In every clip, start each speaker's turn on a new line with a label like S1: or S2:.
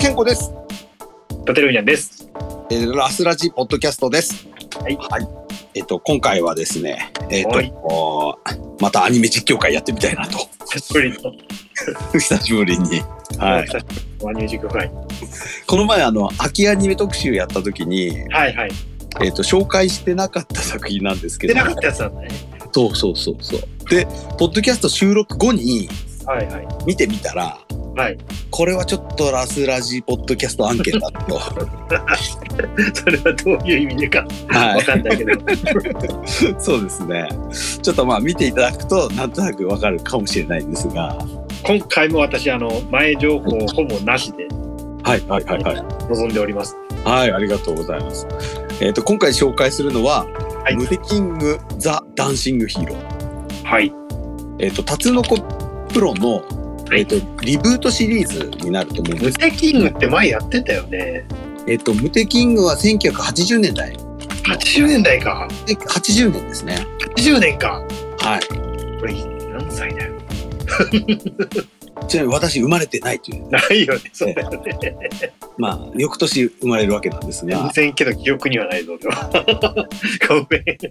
S1: 健康です。
S2: 立るんやんです。
S1: えーラスラジポッドキャストです。
S2: はい
S1: えっ、と、今回はですね、えっ、
S2: はい
S1: と、おーまたアニメ実況会やってみたいなと。
S2: 久しぶりの、
S1: 久しぶりに。はい。
S2: 久しぶりのアニメ実況会。
S1: この前、あの、秋アニメ特集やった時に、
S2: はいはい。
S1: えっ、と、紹介してなかった作品なんですけ
S2: で
S1: ど。
S2: なかったやつなんだね。
S1: そうそうそうそう。で、ポッドキャスト収録後に
S2: はいはい。
S1: 見てみたら、
S2: はい。
S1: これはちょっとラスラジポッドキャスト案件だと。
S2: それはどういう意味でか、
S1: は
S2: わ
S1: い。
S2: かんないけど。
S1: そうですね。ちょっとまあ見ていただくと、なんとなくわかるかもしれないんですが。
S2: 今回も私、あの、前情報ほぼなしで
S1: はいはいはいはい。
S2: 臨んでおります。
S1: はい、ありがとうございます。えっ、と、今回紹介するのは、
S2: はい
S1: ムテキング・ザ・ダンシング・ヒーロー。
S2: はい。
S1: えっ、と、タツノコプロの、
S2: い
S1: えっ、と、リブートシリーズになると思うんで
S2: ム
S1: す。
S2: テキングって前やってたよね。
S1: えっ、と、ムテキングは1980年代。
S2: 80年代か。
S1: で80年ですね。
S2: 80年か。
S1: はい。
S2: これ、何歳だよ。
S1: ちなみに私生まれてないという、
S2: ないよね。そうだよね。
S1: まあ、翌年生まれるわけなんです
S2: 全
S1: が、
S2: 然けど記憶にはないぞ、では。 ごめん。
S1: で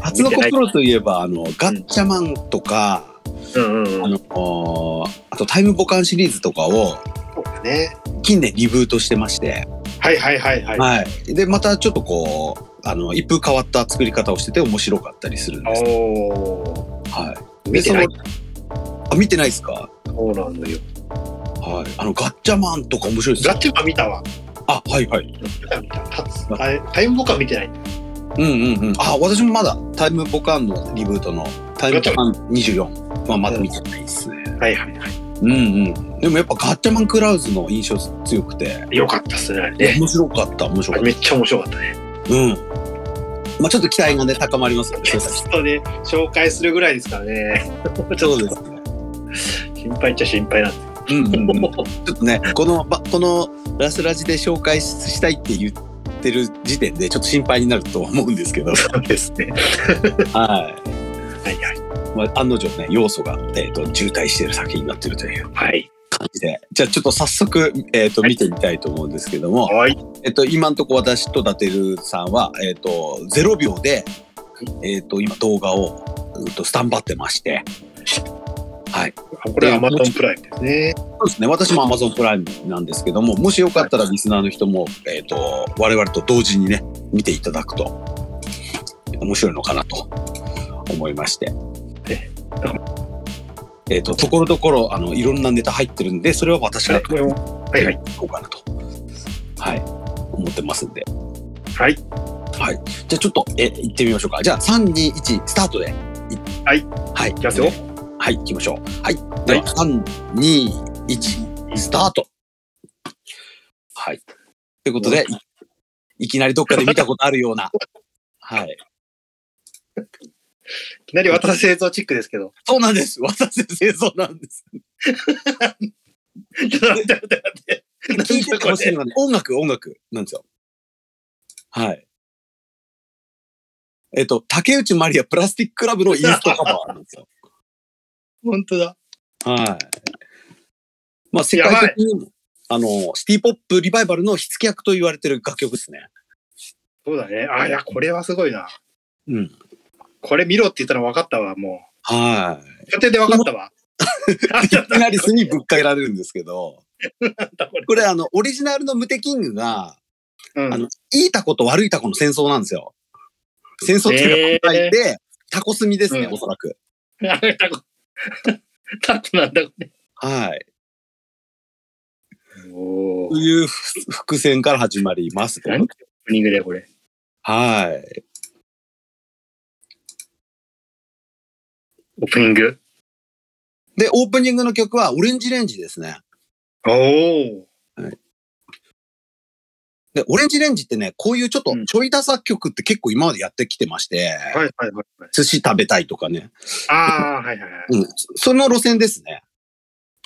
S1: タツノコプロといえば、あの、ガッチャマンとか、
S2: うんうん
S1: あ
S2: うん。
S1: の、おーあとタイムボカンシリーズとかを
S2: そうだね。
S1: 近年リブートしてまして、
S2: はいはいはいはい。
S1: はい。で、またちょっとこう、あの、一風変わった作り方をしてて面白かったりするんです。
S2: おー。
S1: はい。で
S2: 見てない
S1: そのあ、見てないですか
S2: そうなんだよ。
S1: はい。あの、ガッチャマンとか面白いです
S2: ガッ
S1: よ。
S2: チャマン見たわ。
S1: あ、はいはい。
S2: 見た見た。タツあれ、タイムボカン見てない。
S1: うんうんうん。あ、私もまだタイムボカンのリブートのタイムボカン24はまだ見てないですね。
S2: はいはいは
S1: うんうん。でもやっぱガッチャマンクラウズの印象強くて、
S2: い。よかったっすね、あれね。
S1: 面白かった、面白
S2: あ
S1: か
S2: れ
S1: っ
S2: めっちゃ面白かったね。
S1: た。うん。まあちょっと期待がね、高まりますよね。
S2: ゲストで紹介するぐらいですからね。ちょ
S1: そ
S2: っ
S1: う
S2: と
S1: ですね。
S2: 心配っちゃ心配なんで
S1: うんうん、うん。
S2: す
S1: ちょっとね、この、ばこのラスラジで紹介したいって言ってる時点で、ちょっと心配になるとは思うんです けど、はい。
S2: けど。ですね。
S1: ま
S2: はいはい。
S1: あ、案の定ね、要素が、えっ、と、渋滞してる作品になってるという
S2: はい。
S1: 感じで、じゃあちょっと早速、えっ、と、
S2: はい
S1: 見てみたいと思うんですけども、
S2: はい。
S1: えっ、と、今んとこ私と伊達るさんは、えっ、と、0秒で、えっ、と、今動画を、うんと、スタンバってまして、
S2: これはアマゾンプライムですね。
S1: そうですね、私も Amazon プライムなんですけども、もしよかったらリスナーの人も、えっ、と、我々と同時にね、見ていただくと、面白いのかなと思いまして
S2: え。
S1: えっ、と、ところどころ、あの、いろんなネタ入ってるんで、それは私が
S2: これもはいはい。
S1: こうかなと、はい、思ってますんで。
S2: はい。
S1: はい。じゃあちょっと、え、行ってみましょうか。じゃあ、3、2、1、スタートで。
S2: はい。
S1: はい。い
S2: きますよ。
S1: はい、行きましょう。はい。では、3、2、1、スタート。はい。ということで、いいきなりどっかで見たことあるよう な。はい。
S2: いきなり私製造チックですけど。
S1: そうなんです。私製造なんです。
S2: ちょっと待って待って待って。
S1: 聞いててほしいのはね、音楽、音楽なんですよ。はい。えっと、竹内まりやプラスティッククラブのインストカバーなんです よ。
S2: 本当だ。
S1: はい。まあ、世界的にも、あの、シティポップリバイバルの火付け役と言われてる楽曲ですね。
S2: そうだね。あ、いや、これはすごいな。
S1: うん。
S2: これ見ろって言ったら分かったわ、も
S1: は
S2: う。家庭で分かったわ。あ
S1: い。い
S2: ちょっと
S1: きなり巣に ぶっかけられるんですけど、
S2: これ
S1: これあの、オリジナルのムテキングが、
S2: うん
S1: あの、いいタコと悪いタコの戦争なんですよ。戦争っていうか、
S2: へー
S1: で、タコ炭ですね、
S2: うん
S1: おそらく。
S2: あれタコ。タコなんだこれ。
S1: はい。
S2: お
S1: と
S2: ー。
S1: いう伏伏線から始まります。
S2: 何オープニングだよ、これ。
S1: はい。
S2: オープニング。
S1: で、オープニングの曲は、オレンジレンジですね。
S2: おお。
S1: で、オレンジレンジってね、こういうちょっと
S2: うん
S1: ちょいダサ曲って結構今までやってきてまして、
S2: はいはいはい。はい
S1: 寿司食べたいとかね、
S2: ああ、はいはいはい。
S1: うん、その路線ですね。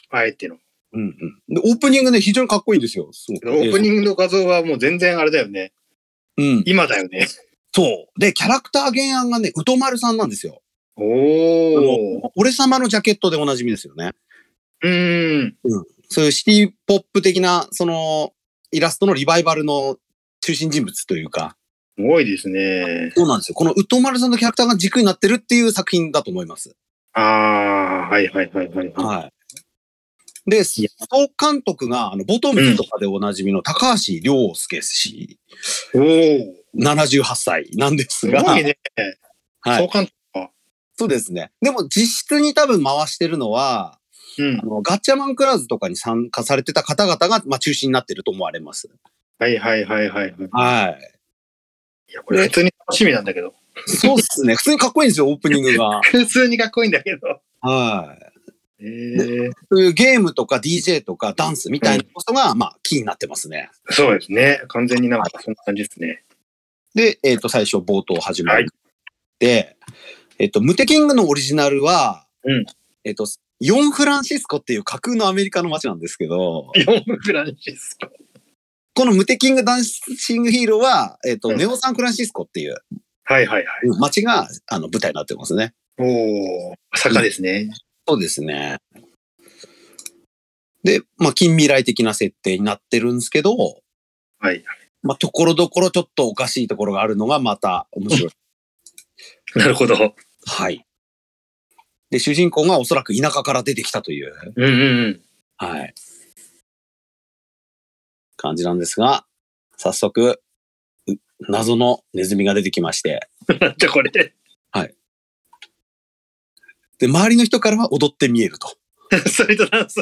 S2: あえての。
S1: うんうん。で、オープニングね、非常にかっこいいんですよ。すご
S2: オ
S1: く
S2: ープニングの画像はもう全然あれだよね。
S1: うん。
S2: 今だよね。
S1: そう。で、キャラクター原案がね、宇都丸さんなんですよ。
S2: おお。
S1: 俺様のジャケットでおなじみですよね。
S2: うーん。
S1: そういうシティポップ的な、その、イラストのリバイバルの中心人物というか、
S2: すごいですね。
S1: そうなんですよ。このウッドマルさんのキャラクターが軸になってるっていう作品だと思います。
S2: ああ、はいはいはいはい。
S1: はい。で、総監督が、あの、ボトムズとかでおなじみの高橋良介氏、
S2: おお。
S1: 78歳なんです
S2: す
S1: が、
S2: ごいね。
S1: はい
S2: そう簡単。
S1: そうですね。でも実質に多分回してるのは、
S2: うん
S1: あ。のガッチャマンクラーズとかに参加されてた方々が、まあ、中心になってると思われます。
S2: はいはいはいはいはい。
S1: はい。
S2: いや、これ普通に楽しみなんだけど。
S1: そうっすね。普通にかっこいいんですよ、オープニングが。
S2: 普通にかっこいいんだけど。
S1: はい。
S2: ええ。
S1: そういうゲームとか DJ とかダンスみたいなことが、まあ、キーになってますね。
S2: そうですね。完全になんかそんな感じですね。
S1: で、えっ、と、最初冒頭始まっ
S2: はい
S1: て、えっ、と、ムテキングのオリジナルは、
S2: うん
S1: えっ、と、ヨンフランシスコっていう架空のアメリカの街なんですけど、
S2: ヨンフランシスコ。
S1: このムテキングダンシングヒーローは、えっ、と、
S2: うん
S1: ネオサンフランシスコっていう
S2: はいはいはい。
S1: 街が、あの、舞台になってますね。
S2: おお。坂ですね。
S1: そうですね。で、まあ、近未来的な設定になってるんですけど、
S2: はい。
S1: まあ、ところどころちょっとおかしいところがあるのがまた面白い。
S2: なるほど。
S1: はい。で、主人公がおそらく田舎から出てきたという、
S2: うんうん
S1: はい。感じなんですが、早速、う謎のネズミが出てきまして、
S2: うん。なんだこれ。
S1: で、周りの人からは踊って見えると。
S2: ストリートダンス。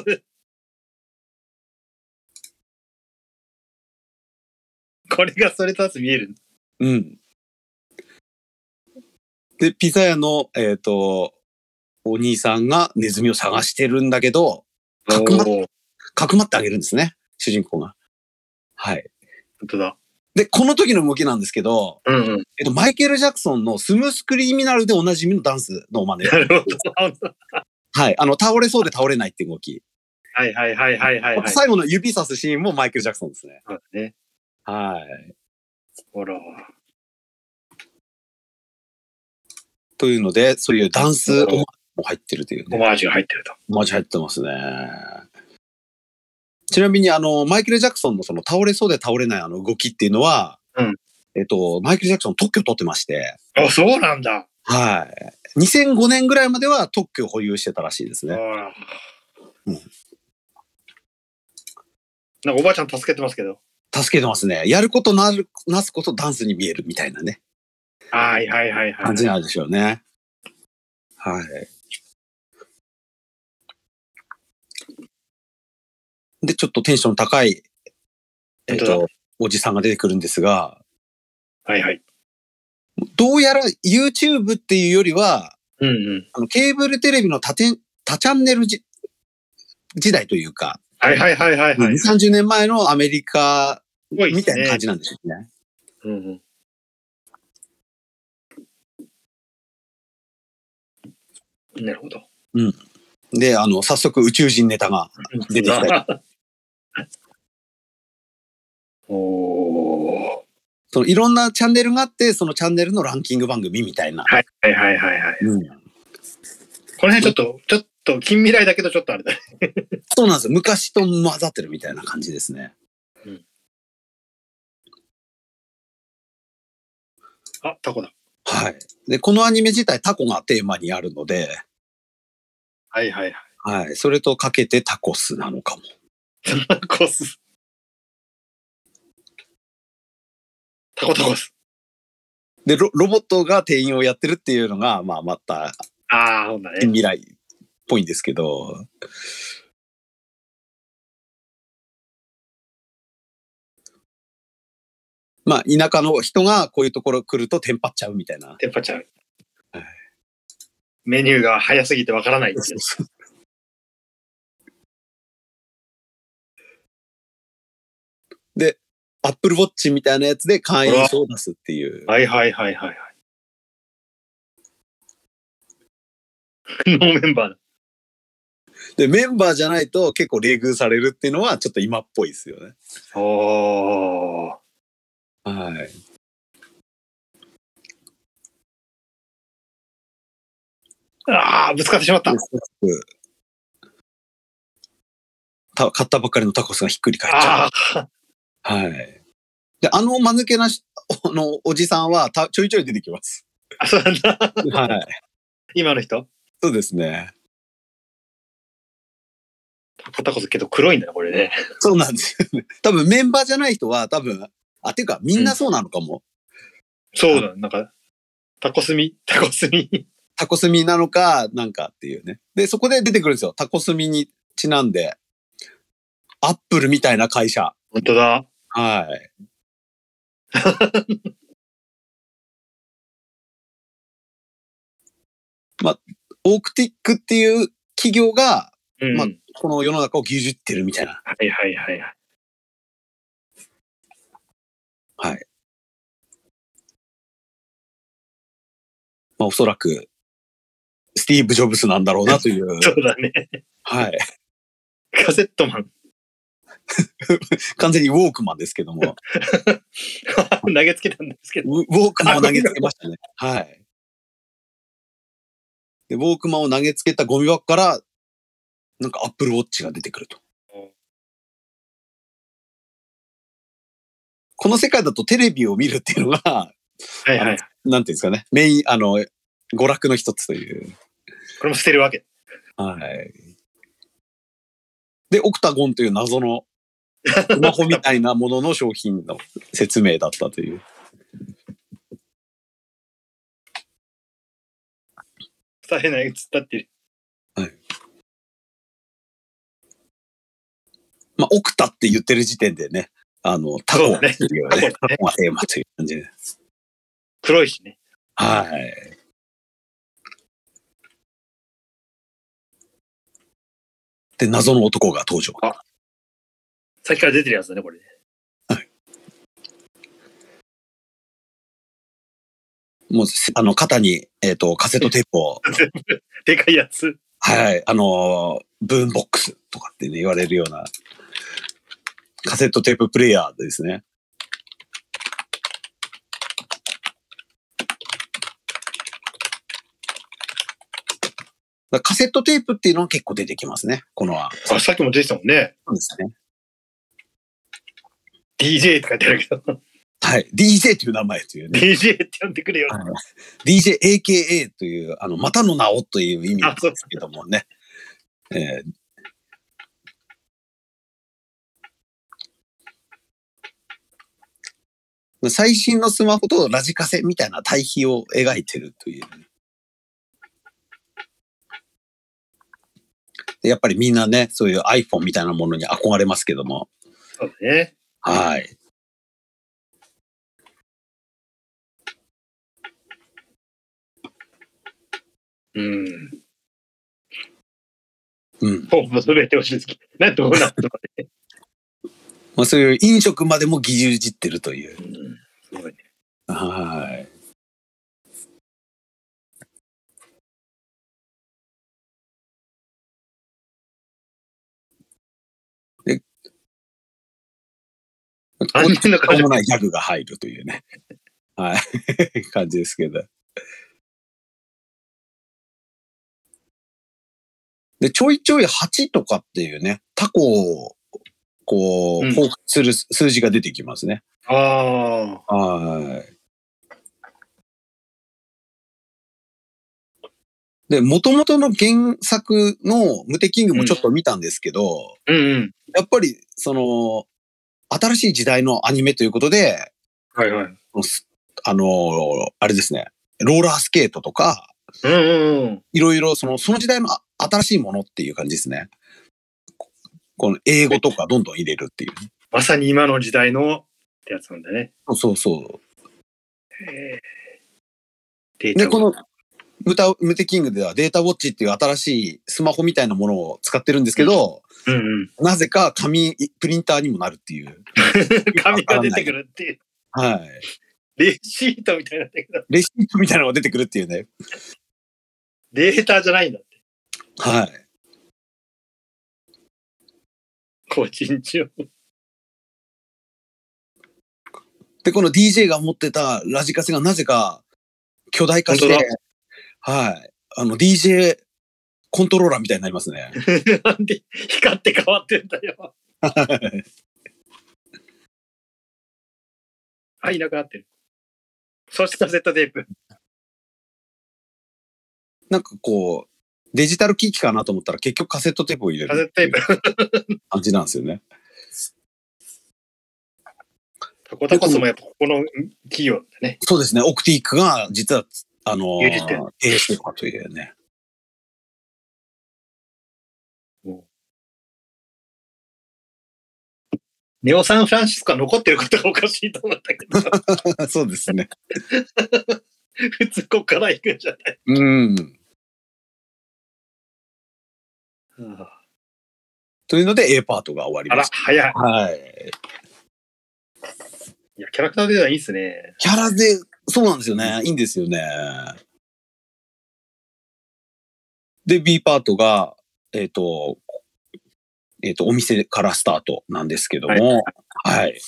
S2: これがストリートダンス見える。
S1: うん。で、ピザ屋の、えっ、と、お兄さんがネズミを探してるんだけど、かくま
S2: おー
S1: かくまってあげるんですね、主人公が。はい。
S2: 本当だ。
S1: で、この時の動きなんですけど、
S2: うんうん。
S1: えっと、マイケル・ジャクソンのスムースクリミナルでおなじみのダンスの 真似。
S2: なるほど。
S1: はい。あの、倒れそうで倒れないっていう動き。
S2: はいはいはいはいはい、はい。
S1: 最後の指さすシーンもマイケル・ジャクソンですね。
S2: そうだね。
S1: はい。
S2: ほら。
S1: というので、そういうダンスオマージュも入ってるという
S2: オ
S1: ね。
S2: マージュが入ってると。
S1: オマージュ入ってますね。ちなみに、あの、マイケル・ジャクソンのその倒れそうで倒れないあの動きっていうのは、
S2: うん
S1: えっと、マイケル・ジャクソン特許取ってまして、
S2: あ、そうなんだ。
S1: はい。2005年ぐらいまでは特許を保有してたらしいです
S2: ほ
S1: ね。
S2: ら
S1: うん
S2: なんかおばあちゃん助けてますけど。
S1: 助けてますね。やることなる、なすことダンスに見えるみたいなね。
S2: はいはいはいはい
S1: 感。じなんでしょうね。はい。で、ちょっとテンション高い、えっ、
S2: 本当
S1: と、おじさんが出てくるんですが、
S2: はいはい。
S1: どうやら YouTube っていうよりは、
S2: うんうん。
S1: あのケーブルテレビの多て多チャンネルじ時代というか、
S2: はいはいはいはいはい。
S1: 2 30年前のアメリカ
S2: すごい
S1: みたいな感
S2: じ。
S1: じなんでしょうね。
S2: うんうん。なるほど。
S1: で、あの、早速宇宙人ネタが出てきたり、
S2: おー
S1: そのいろんなチャンネルがあって、そのチャンネルのランキング番組みたいな。
S2: はいはいはいはいはい。
S1: うん
S2: この辺ちょっと、ちょっと近未来だけどちょっとあれだね。
S1: そうなんですよ。昔と混ざってるみたいな感じですね。
S2: あ、タコだ。
S1: はい。で、このアニメ自体タコがテーマにあるので、
S2: はいはい
S1: はい。それとかけてタコスなのかも。
S2: はい。タコス。タコタコス。
S1: で、ロロボットが店員をやってるっていうのが、まあ、また
S2: ああ、ほんだ
S1: 近
S2: ね。
S1: 未来っぽいんですけど。まあ、田舎の人がこういうところ来るとテンパっちゃうみたいな。
S2: テンパちゃん
S1: はい。
S2: メニューが早すぎてわからないんですよ。
S1: で、アップルウォッチみたいなやつで会員証を出すっていう。
S2: はいはいはいはいはい。ノーメンバーだ。
S1: で、メンバーじゃないと結構冷遇されるっていうのはちょっと今っぽいですよね。
S2: おー。
S1: はい。
S2: ああ、ぶつかってしまった。
S1: た買ったばっかりのタコスがひっくり返っちゃう。
S2: ああ、
S1: はい。で、あの間抜けなし、あの、おじさんはたちょいちょい出てき ます。
S2: あそうなんだ。
S1: はい。
S2: 今の人
S1: そうですね。
S2: タコスけど黒いんだな、これね。
S1: そうなんですよね。多分メンバーじゃない人は多分、あ、ていうかみんなそうなのかも。
S2: そうだ、なんか、タコスミ、タコスミ。
S1: タコスミなのか、なんかっていうね。で、そこで出てくるんですよ。タコスミにちなんで、アップルみたいな会社。
S2: 本当だ。
S1: はい。 まあ、オークティックっていう企業が、
S2: うん。
S1: まあこの世の中を牛耳ってるみたいな。
S2: はいはいはいはい。
S1: まあ、おそらく、スティーブ・ジョブスなんだろうなという。
S2: そうだね。
S1: はい。
S2: カセットマン。
S1: 完全にウォークマンですけども。
S2: 投げつけたんですけど。
S1: ウウォークマンを投げつけましたね。はい。で、ウォークマンを投げつけたゴミ箱から、なんかアップルウォッチが出てくると
S2: うん。
S1: この世界だとテレビを見るっていうのが、
S2: はいはい。
S1: なんていうんですかね、メイン、あの、娯楽の一つという。
S2: これも捨てるわけ。
S1: はい。で、オクタゴンという謎のスマホみたいなものの商品の説明だったという。
S2: 大変な映ったってる。
S1: まあ、オクタって言ってる時点でね、あの、タコ
S2: そう
S1: っ
S2: だね
S1: ていう
S2: タコ
S1: ね、
S2: だね
S1: タコがテーマという感じで。
S2: 黒いしね。
S1: はい。で、謎の男が登場。
S2: さっきから出てるやつだね、これ。
S1: もう、せあの、肩に、えっ、と、カセットテープを、
S2: でかいやつ。
S1: はい、あのー、ブーンボックスとかってね、言われるような、カセットテーププレイヤーですね。だからカセットテープっていうのは結構出てきますね。このは。
S2: あ、さっきも出てたもんね。
S1: そうですね。
S2: DJ って書いてあるけ ど。
S1: はい。DJ という名前というね。
S2: DJ って呼んでくれよ。
S1: はい DJAKA という、あの、またの名をという意味なんですけどもね。えーまあ最新のスマホとラジカセみたいな対比を描いてるという。でやっぱりみんなね、そういう iPhone みたいなものに憧れますけども。
S2: そうだね。
S1: はい。
S2: うん。
S1: うん。
S2: ほぼ全てを知るき。なんとこうなったのかね。
S1: まあ、そういう飲食までも技術ってるという。
S2: うんすごいね。
S1: はい。で、こ
S2: あん
S1: っ
S2: なの
S1: と
S2: 感じ
S1: もないギャグが入るというね。はい。 感じですけど。で、ちょいちょい8とかっていうね、タコを、こう、
S2: うん
S1: 報復する数字が出てきますね。
S2: ああ。
S1: はい。で、元々の原作の無敵キングもちょっと見たんですけど、
S2: うんうん。
S1: やっぱり、その、新しい時代のアニメということで、
S2: はいはい。
S1: すあの、あれですね、ローラースケートとか、
S2: うんうんうん。
S1: いろいろその、その時代のあ新しいものっていう感じですね。ここの英語とかどんどん入れるっていう。
S2: まさに今の時代のってやつなんだね。
S1: そうそう。
S2: へえ
S1: で、この、ムタ、ムテキングではデータウォッチっていう新しいスマホみたいなものを使ってるんですけど、
S2: うん うん。
S1: なぜか紙、プリンターにもなるっていう。
S2: 紙が出てくるっていう。
S1: はい。
S2: レシートみたいなんだけど、
S1: レシートみたいなのが出てくるっていうね。
S2: データじゃないんだって。
S1: はい。
S2: 個人情報。
S1: で、この DJ が持ってたラジカセがなぜか巨大化して
S2: 本当、
S1: はい。あの、DJ コントローラーみたいになりますね。
S2: なんで光って変わってんだよ。はい、いなくなってる。そしたセットテープ。
S1: なんかこう、デジタル機器かなと思ったら結局カセットテープを入れ
S2: カセ
S1: る
S2: ットテープ。
S1: 感じなんですよね。
S2: タコタコスもやっぱここの企業だね。
S1: そうですね。オクティックが実は、あの
S2: 有利点
S1: ー、経営してとかというね。
S2: ネオサンフランシスコが残ってることがおかしいと思ったけど、
S1: そうですね。
S2: 普通こっから行くんじゃない
S1: うん。というので A パートが終わり
S2: あ
S1: ま
S2: ら
S1: し、
S2: 早い。
S1: た。はい。
S2: いや、キャラクターデザインいいっすね。
S1: キャラで、そうなんですよね。いいんですよね。で、B パートが、えっ、と、えっ、と、お店からスタートなんですけども、はい、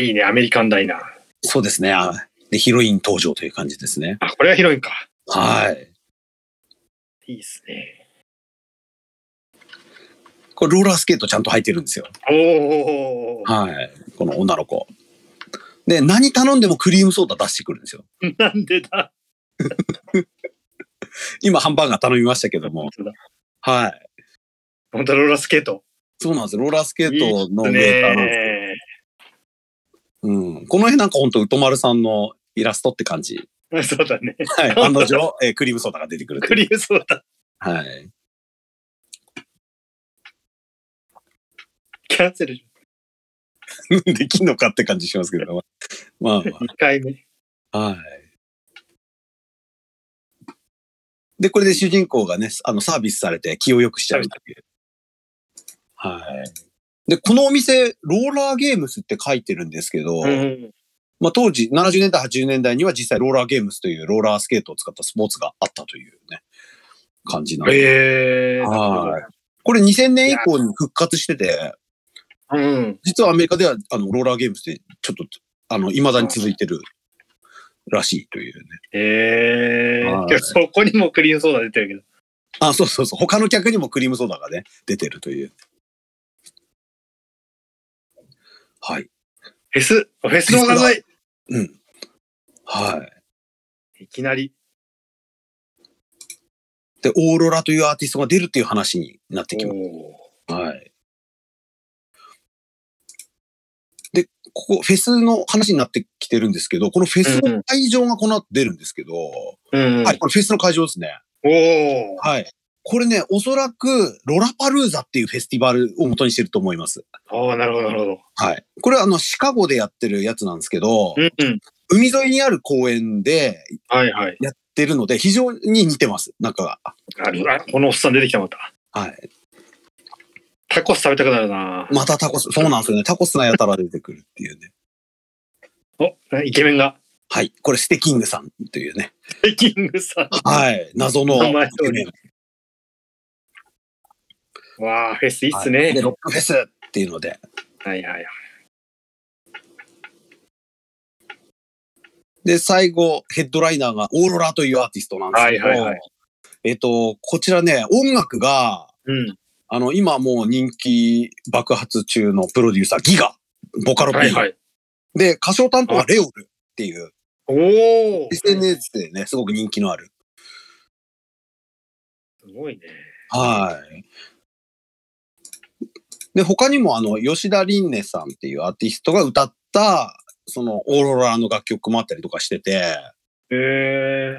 S2: いいね、アメリカンダイナー。
S1: そうですね。あで、ヒロイン登場という感じですね。
S2: あ、これはヒロインか。
S1: はい。
S2: いいっすね。
S1: これ、ローラースケートちゃんと履いてるんですよ。
S2: おお、
S1: はい。この女の子。で、何頼んでもクリームソーダ出してくるんですよ。
S2: なんでだ。
S1: 今、ハンバーガー頼みましたけども。
S2: そうだ
S1: はい。
S2: コントローラースケート。
S1: そうなんですよ。ローラースケートのメ
S2: ね
S1: ーカーなんです
S2: え。
S1: うん。この辺なんか本当、うとまるさんのイラストって感 じ。
S2: そうだね。
S1: はい。案の定、えークリームソーダが出てくると
S2: ク
S1: いう。
S2: リームソーダ。
S1: はい。
S2: キャンセル。
S1: できんのかって感じしますけど。まあ、まあ
S2: 2回目。
S1: はい。で、これで主人公がね、あの、サービスされて気を良くしちゃうっていう。はい。で、このお店、ローラーゲームスって書いてるんですけど、
S2: うん。
S1: まあ当時、70年代、80年代には実際ローラーゲームスというローラースケートを使ったスポーツがあったというね、感じなんで。
S2: ええ。
S1: はい。これ2000年以降に復活してて、
S2: うん。
S1: 実はアメリカでは、あの、ローラーゲームスってちょっと、あの、未だに続いてるらしいというね。
S2: ええ
S1: はい。
S2: いやそこにもクリームソーダ出てるけど。
S1: あ、そうそうそう。他の客にもクリームソーダがね、出てるという。はい。
S2: フェス、フェスの画材。
S1: うん。はい
S2: きなり。
S1: い。で、オーロラというアーティストが出るっていう話になってきま
S2: お
S1: す。はい。で、ここ、フェスの話になってきてるんですけど、このフェスの会場がこの後出るんですけど、
S2: ーうん。
S1: はい、これフェスの会場ですね。
S2: おお。
S1: はい。これね、おそらく、ロラパルーザっていうフェスティバルを元にしてると思います。
S2: ああ、なるほど、なるほど。
S1: はい。これはあの、シカゴでやってるやつなんですけど、
S2: うんうん。
S1: 海沿いにある公園で
S2: はいはい。
S1: やってるので、非常に似てます。なんか、
S2: あるあこのおっさん出てきたまた。
S1: はい。
S2: タコス食べたくなるな。
S1: またタコス、そうなんですよね。タコスがやたら出てくるっていうね。
S2: お、イケメンが。
S1: はい。これ、ステキングさんというね。
S2: ペキングさん。
S1: はい。謎の。
S2: 名前通りわあ、フェスいいっす
S1: は
S2: ね
S1: い。で、ロックフェスっていうので。
S2: はいはいはい。
S1: で、最後、ヘッドライナーがオーロラというアーティストなんですけど、
S2: はいはいはい
S1: えっと、こちらね、音楽が、
S2: うん。
S1: あの、今もう人気爆発中のプロデューサー、ギガ、ボカロ P、
S2: はいはい。
S1: で、歌唱担当はレオルっていう、
S2: おお。
S1: SNS でね、すごく人気のある。
S2: すごいね。
S1: はい。で、他にも、あの、吉田凛音さんっていうアーティストが歌った、その、オーロラの楽曲もあったりとかしてて、
S2: へえ。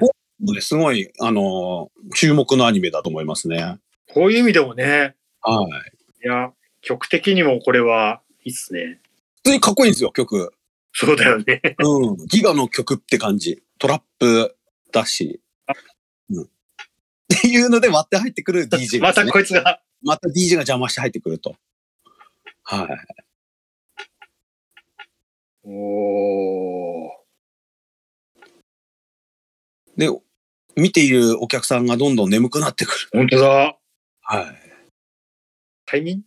S1: すごい、あの、注目のアニメだと思いますね。
S2: こういう意味でもね、
S1: はい。
S2: いや、曲的にもこれはいいっすね。
S1: 普通にかっこいいんですよ、曲。
S2: そうだよね。
S1: うん。ギガの曲って感じ。トラップだし。うん。っていうので割って入ってくる DJ
S2: ま
S1: です、
S2: た
S1: ね。
S2: こいつが。
S1: また DJ が邪魔して入ってくると。はい。
S2: おお。
S1: で、見ているお客さんがどんどん眠くなってくる。
S2: 本当だ。
S1: はい。
S2: タイミング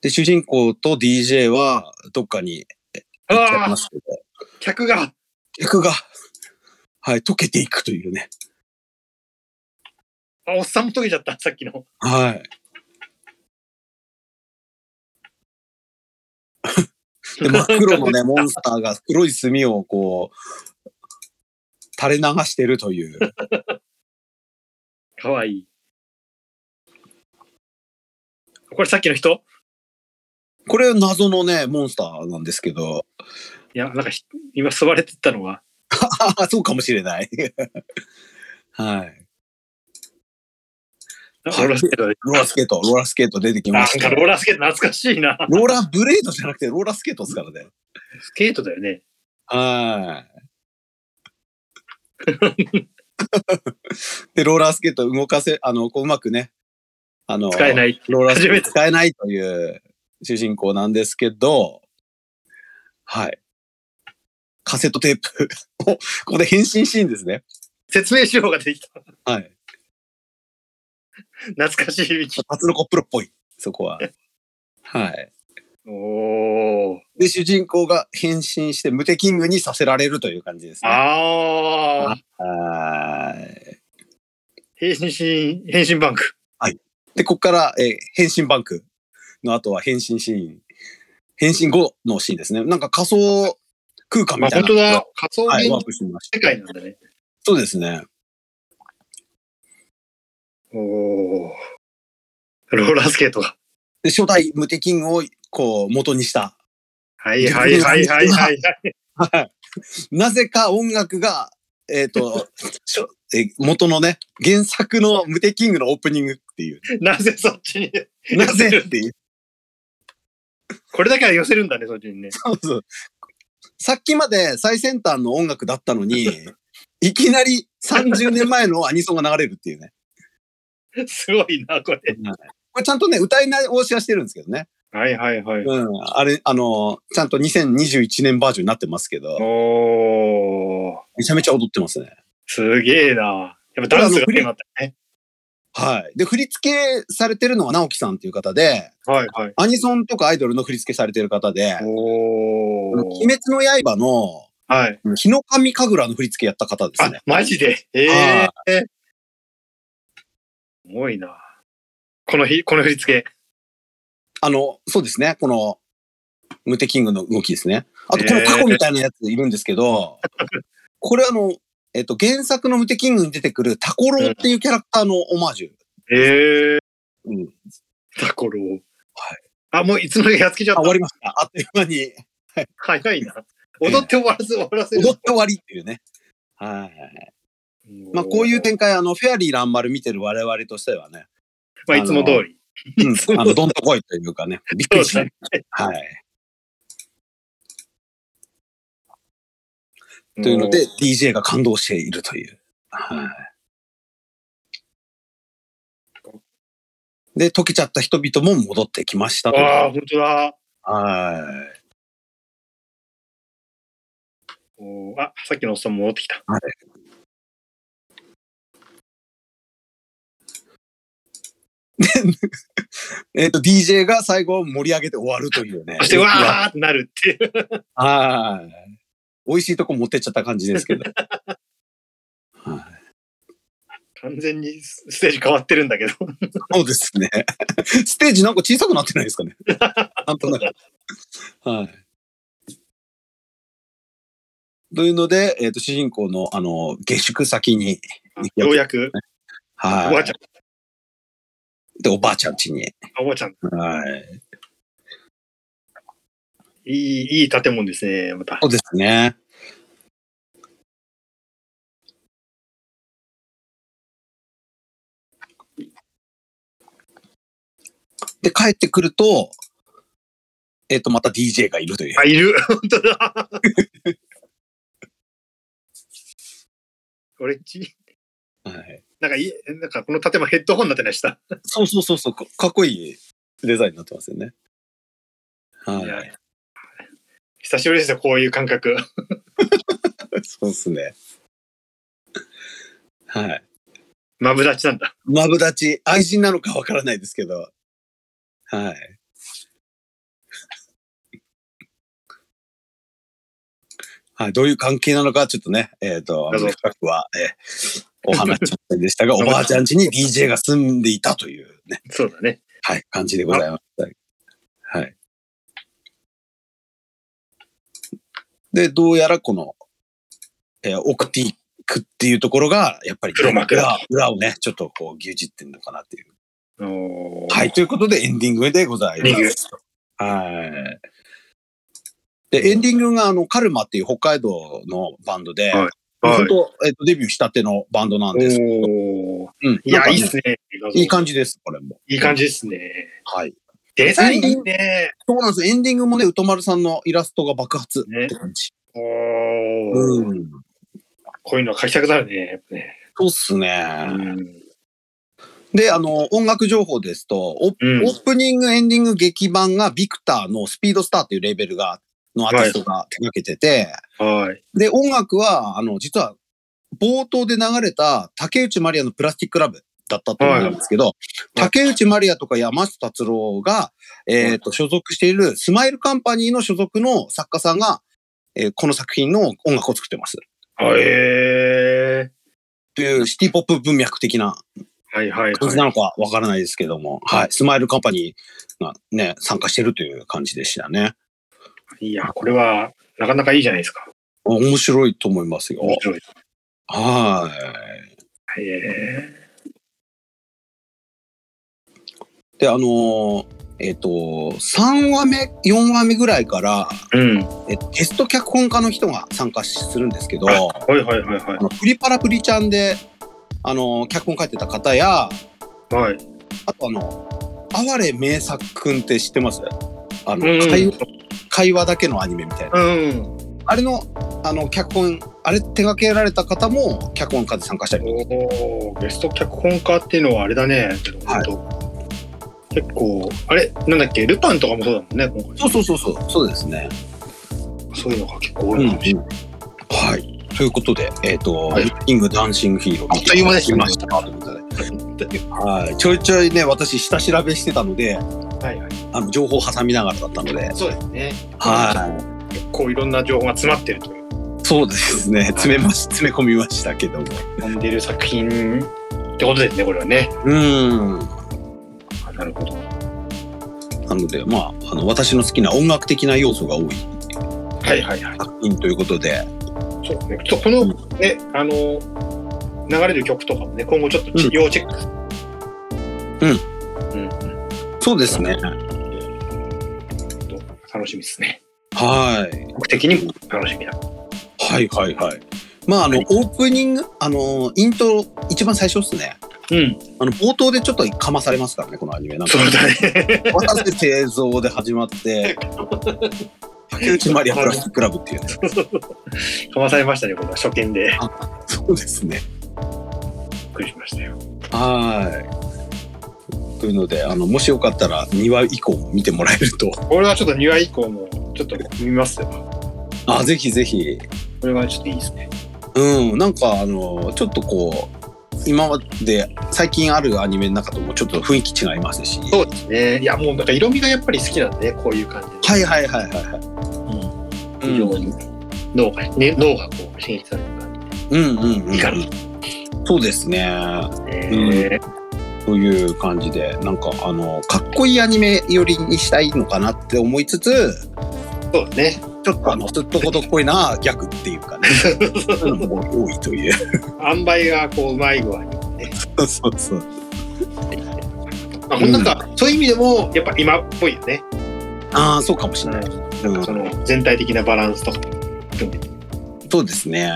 S1: で、主人公と DJ はどっかに行っちゃい
S2: あ
S1: ま
S2: あ
S1: すけど、
S2: 客が。
S1: 客が、はい、溶けていくというね。
S2: あ、おっさんも溶けちゃった、さっきの。
S1: はい。で、真っ黒のね、モンスターが黒い炭をこう、垂れ流してるという。
S2: かわいい。これさっきの人
S1: これ謎のね、モンスターなんですけど。
S2: いや、なんかひ今座れてったのは、
S1: あそうかもしれない。はい。
S2: なんかローラースケートだね
S1: ローラースケート、ローラースケート出てきま
S2: な
S1: し
S2: ん
S1: た。
S2: か
S1: ロ
S2: ローラースケート懐かしいな。
S1: ーラーブレードじゃなくてローラースケートですからね。
S2: スケートだよね。
S1: はい。 で、ローラースケート動かせ、あの、こううまくね、あの、
S2: 使えない。
S1: ローラースケ
S2: 初め
S1: ー
S2: て
S1: ト使えないという主人公なんですけど、はい。カセットテープ おここで変身シーンですね。
S2: 説明しようができた。
S1: はい。
S2: 懐かしい道。
S1: 初のコップロっぽい、そこは。はい。
S2: おー。
S1: で、主人公が変身してムテキングにさせられるという感じですね。
S2: あー。
S1: はい。
S2: 変身、変身バンク。
S1: で、ここから、えー変身バンクの後は変身シーン。変身後のシーンですね。なんか仮想空間
S2: ま
S1: みた
S2: あ
S1: い
S2: 本
S1: な。
S2: 当だ。仮想
S1: はい、
S2: 現
S1: ワー
S2: 実
S1: プしてみました。
S2: 世界なんだね。
S1: そうですね。
S2: おー。ローラースケートが。
S1: で、初代ムテキングをこう元にした。
S2: はいはいはいはいはい。
S1: なぜか音楽が、えっ、 と、しょえ元のね、原作のムテキングのオープニングっていう。
S2: なぜそっちに。
S1: なぜっていう。
S2: これだけは寄せるんだね、そっちにね。
S1: そうそうさっきまで最先端の音楽だったのに、いきなり30年前のアニソンが流れるっていうね。
S2: すごいな、これ。
S1: これちゃんとね、歌い直しはしてるんですけどね。
S2: はいはいはい。
S1: うん。あれ、あの、ちゃんと2021年バージョンになってますけど、
S2: おー。
S1: めちゃめちゃ踊ってますね。
S2: すげえな。やっぱダンスがテーマだったね。
S1: はい。で、振り付けされてるのは直樹さんっていう方で、
S2: はいはい。
S1: アニソンとかアイドルの振り付けされてる方で、
S2: お
S1: 鬼滅
S2: ー。
S1: の刃の、
S2: はい。
S1: 日の神神楽の振り付けやった方です
S2: あ
S1: ね。、
S2: マジでええー。すごいな。この日、この振り付け。
S1: あの、そうですね。この、ムテキングの動きですね。あと、このタコみたいなやついるんですけど、これあの、えっと、原作のムテキングに出てくるタコロウっていうキャラクターのオマージュ。
S2: ええー。
S1: うん。
S2: タコロー。
S1: はい。
S2: あ、もういつの間にやっつけちゃ
S1: あ、
S2: っ
S1: 終わ
S2: た。
S1: りました。 あっという間に、
S2: 早いな。踊って終わらせ、終わらせる
S1: 踊っ。て終わりっていうね。はい。まあ、こういう展開、あの、フェアリー乱丸見てる我々としてはね、
S2: まあ、いつも通り。
S1: うん、あの、どんとこいという かね、びっくりしました。はい。というので、DJ が感動しているという。はい。で、溶けちゃった人々も戻ってきましたと。
S2: ああ、本当だ。
S1: は
S2: おーあ、さっきのおっさんも戻ってきた。
S1: い。えっ、と、DJ が最後盛り上げて終わるというね。
S2: そして、わーってなるっていう。
S1: はい。美味しいとこ持ってっちゃった感じですけど。
S2: 完全にステージ変わってるんだけど。
S1: そうですね。 ステージなんか小さくなってないですか ね。なんとなく。はい。というので、えっ、と、主人公の、あの、下宿先に、
S2: ようやく、お
S1: は
S2: ばあちゃん、
S1: い。で、おばあちゃん家に。
S2: あおばあちゃん。
S1: はい。
S2: いい、いい建物ですね、また
S1: そ。うですね。で、帰ってくると、えっ、と、また DJ がいるという。
S2: あ、いる。本当だ。 俺んち、
S1: はい
S2: なんかいい、なんかこの建物ヘッドホンになってました。
S1: そうそうそうそう、かかっこいいデザインになってますよね。
S2: いや
S1: はい。
S2: 久しぶりですよ、こういう感覚。
S1: そうですね。はい。
S2: マブダチなんだ。
S1: マブダチ、愛人なのかわからないですけど。はい。 はい、どういう関係なのか、ちょっとね、えっ、と、あまり深くは、えーお話しませんで したが、おばあちゃん家に DJ が住んでいたというね、
S2: そうだね。
S1: はい、感じでございました。はい。で、どうやらこの、えーオクティックっていうところが、やっぱり
S2: 黒幕
S1: 裏裏をね、ちょっとこう牛耳ってんのかなっていう。
S2: おー
S1: はい、。ということでエンディングでござい
S2: リ
S1: ま
S2: グ
S1: す。。はい。で、エンディングが、あの、カルマっていう北海道のバンドで、
S2: はいは
S1: 本
S2: い。
S1: 当、えっと、デビューしたてのバンドなんです。
S2: おー
S1: うん。
S2: いや、いいっ
S1: です
S2: ね。
S1: いい感じです、これも。
S2: いい感じですね。
S1: はい。
S2: デザインいいね。
S1: そうなんです。エンディングもね、歌丸さんのイラストが爆発
S2: ね
S1: って感じ。
S2: おー
S1: うん。
S2: こういうの書きたくなるね。やっぱね。
S1: そうっす
S2: う
S1: ね。
S2: ん
S1: で、あの、音楽情報ですと、オオ
S2: うん
S1: ープニング、エンディング、劇版がビクターのスピードスターというレーベルが、のアーティストが手掛けてて、
S2: はい。
S1: で、音楽は、あの、実は、冒頭で流れた竹内まりやのプラスティックラブだったと思うんですけど、竹内まりやとか山下達郎が、えっ、と、所属しているスマイルカンパニーの所属の作家さんが、えーこの作品の音楽を作ってます。
S2: はい。え
S1: というシティポップ文脈的な
S2: ーはいはい
S1: 感じな
S2: は
S1: のかわからないですけども、はい。スマイルカンパニーがね、参加してるという感じでしたね。
S2: い。いや、これは、なかなかいいじゃないですか。
S1: あ面白いと思いますよ。
S2: 面白い。
S1: はい。
S2: え
S1: で、あのーえっ、と、3話目、4話目ぐらいから、
S2: ーうん。は
S1: えっとゲスト脚本家の人が参加するんですけど、あ
S2: いはいはいは
S1: のプリパラプリちゃんで、あのー脚本書いてた方や、
S2: い。はい。
S1: あとあの、哀れ名作くんって知ってますあの、
S2: うん
S1: 会会話だけのアニメみたいな。
S2: うん。
S1: あれの、あの、脚本、あれ手掛けられた方も脚本家で参加したり。
S2: おーゲスト脚本家っていうのはあれだね。
S1: はい
S2: い、結構、あれなんだっけ、ルパンとかもそうだもんね。今
S1: そうそうそうそう、そうですね。
S2: 回そういうのが結構
S1: う
S2: 多
S1: ん、
S2: い
S1: うん
S2: かもしれない。
S1: はい。ということで、えっ、と、
S2: はい
S1: リッキングダンシングヒーロー。
S2: あっという間です
S1: 見ていただきました。ということではい、ちょいちょいね、私、下調べしてたので、
S2: はいはい。
S1: あの情報を挟みながらだったので、
S2: そうですね。
S1: は
S2: 結構いろんな情報が詰まってるという。
S1: い、そうですね、詰めまし、詰め込みましたけども。
S2: 飛んでる作品ってことですね、これはね。
S1: うん、
S2: あなるほど。は
S1: なので、まあ、あの私の好きな音楽的な要素が多い
S2: いはいはい。
S1: 作品ということで、
S2: そうですね。ちょこの、ね、あの、流れる曲とかもね、今後ちょっと
S1: うん
S2: 要チェック。うん。
S1: そうですね、
S2: うん。楽しみですね。
S1: はい、
S2: 僕的にも楽しみだ。
S1: はい、はい、はい。まあ、あの、オープニング、あの、イントロ、一番最初ですね。
S2: うん。
S1: あの、冒頭でちょっとかまされますからね、このアニメ。なんか
S2: そうだね。
S1: 渡瀬製造で始まって、竹内まりやプラスティッククラブっていうね。
S2: かまされましたね、僕は初見で。
S1: そうですね。
S2: びっくりしましたよ。
S1: はい。というので、あの、もしよかったら2話以降も見てもらえると。
S2: 俺はちょっと2話以降も、ちょっと見ますよ。
S1: あ、ぜひぜひ。
S2: これはちょっといいですね。
S1: うん、なんかあの、ちょっとこう、今まで最近あるアニメの中ともちょっと雰囲気違いますし。
S2: そうですね。いや、もうなんか色味がやっぱり好きなんでね、こういう感じで。
S1: はいはいはいはいはい。
S2: 非常に脳が、ね、脳がこう、刺激される感
S1: うんうん、うん。
S2: いいかな
S1: そうですね。
S2: じで。え
S1: という感じで、なんかあの、かっこいいアニメ寄りにしたいのかなって思いつつ、
S2: ー、そうですね。
S1: ちょっとあの、すっとことっこいなギャグっていうか ね、そういうのも多いという。
S2: 塩梅がこう、うまい具合にね。
S1: そうそう。
S2: まあ、なんか、そういう意味でも、やっぱ今っぽいよね。
S1: ああ、そうかもしれない。うん
S2: その、全体的なバランスとかも含めて。
S1: そうですね。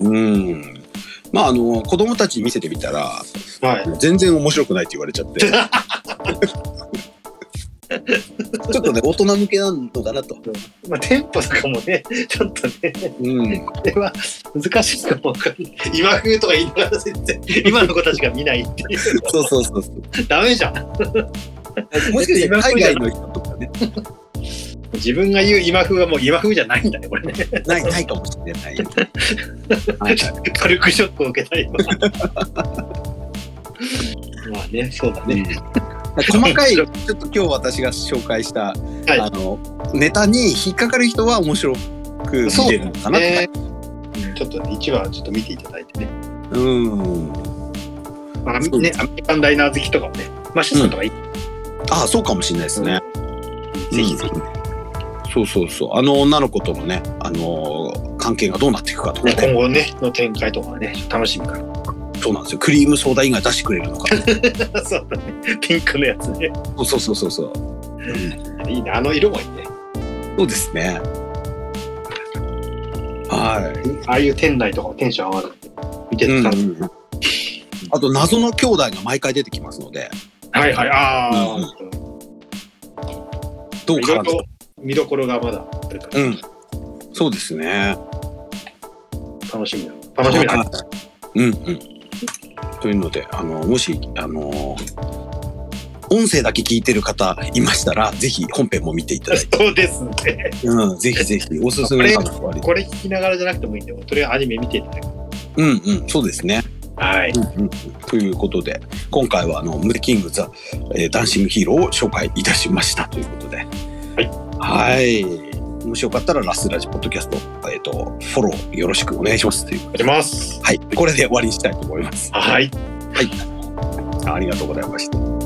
S1: うん。うん。まあ、あの、子供たちに見せてみたら、
S2: はい。
S1: 全然面白くないって言われちゃって。 ちょっとね、大人向けなのかなと。
S2: まあ、テンポとかもね、ちょっとね。
S1: うん。
S2: これは難しいかもわかんない。今風とか言いながら全然今の子たちが見ないっていう。
S1: そうそうそうそう。
S2: ダメじゃん。
S1: もしかして海外の人とかね、
S2: 自分が言う今風はもう今風じゃないんだね、これね。
S1: ない、ないかもしれない。はい
S2: 軽くショックを受けたりとか。まあね、そうだね。
S1: 細かい、ちょっと今日私が紹介した、
S2: はい
S1: あの、ネタに引っかかる人は面白く見れるのかな。
S2: ね。ちょっと1話ちょっと見ていただいてね。
S1: うん。
S2: まあ、
S1: そう
S2: ね、アメリカンダイナー好きとかもね、まあ、シャさんとかいい、
S1: ああ、そうかもしれないですね。
S2: ぜひぜひ。
S1: そうそうそう。あの女の子とのね、あのー関係がどうなっていくかとか
S2: ね、
S1: ね。
S2: 今後ね、の展開とかね、ちょっと楽しみか
S1: そうなんですよ。クリームソーダ以外出してくれるのか。
S2: な。 そうだね。ピンクのやつね。
S1: そうそうそうそうそう。
S2: いいね。あの色もいいね。
S1: そうですね。はい。
S2: ああいう店内とかもテンション上がるんで。見てて楽しみ
S1: うんあと、謎の兄弟が毎回出てきますので、
S2: はいはい。ああ、
S1: うんどう
S2: いろ
S1: 絡
S2: い
S1: んで
S2: ろ見どころがまだあるから、
S1: うんそうですね。
S2: 楽しみだ。楽しみだ。
S1: うんうん。というので、あの、もし、あの、音声だけ聞いてる方いましたら、ぜひ本編も見ていただいて、
S2: そうですね。
S1: うん、ぜひぜひ、おすすめの方があり
S2: これ聞きながらじゃなくてもいいんで、とりあえずアニメ見ていただく。
S1: うんうん、そうですね。
S2: はい。
S1: うんうん、ということで、今回は、あの、ムテキング・ザ・えーダンシング・ヒーローを紹介いたしましたということで。はい。もしよかったら、ラスラジポッドキャスト、えっ、と、フォローよろしくお願いしますという。
S2: お願いします。
S1: はい。これで終わりにしたいと思います。
S2: はい。
S1: ありがとうございました。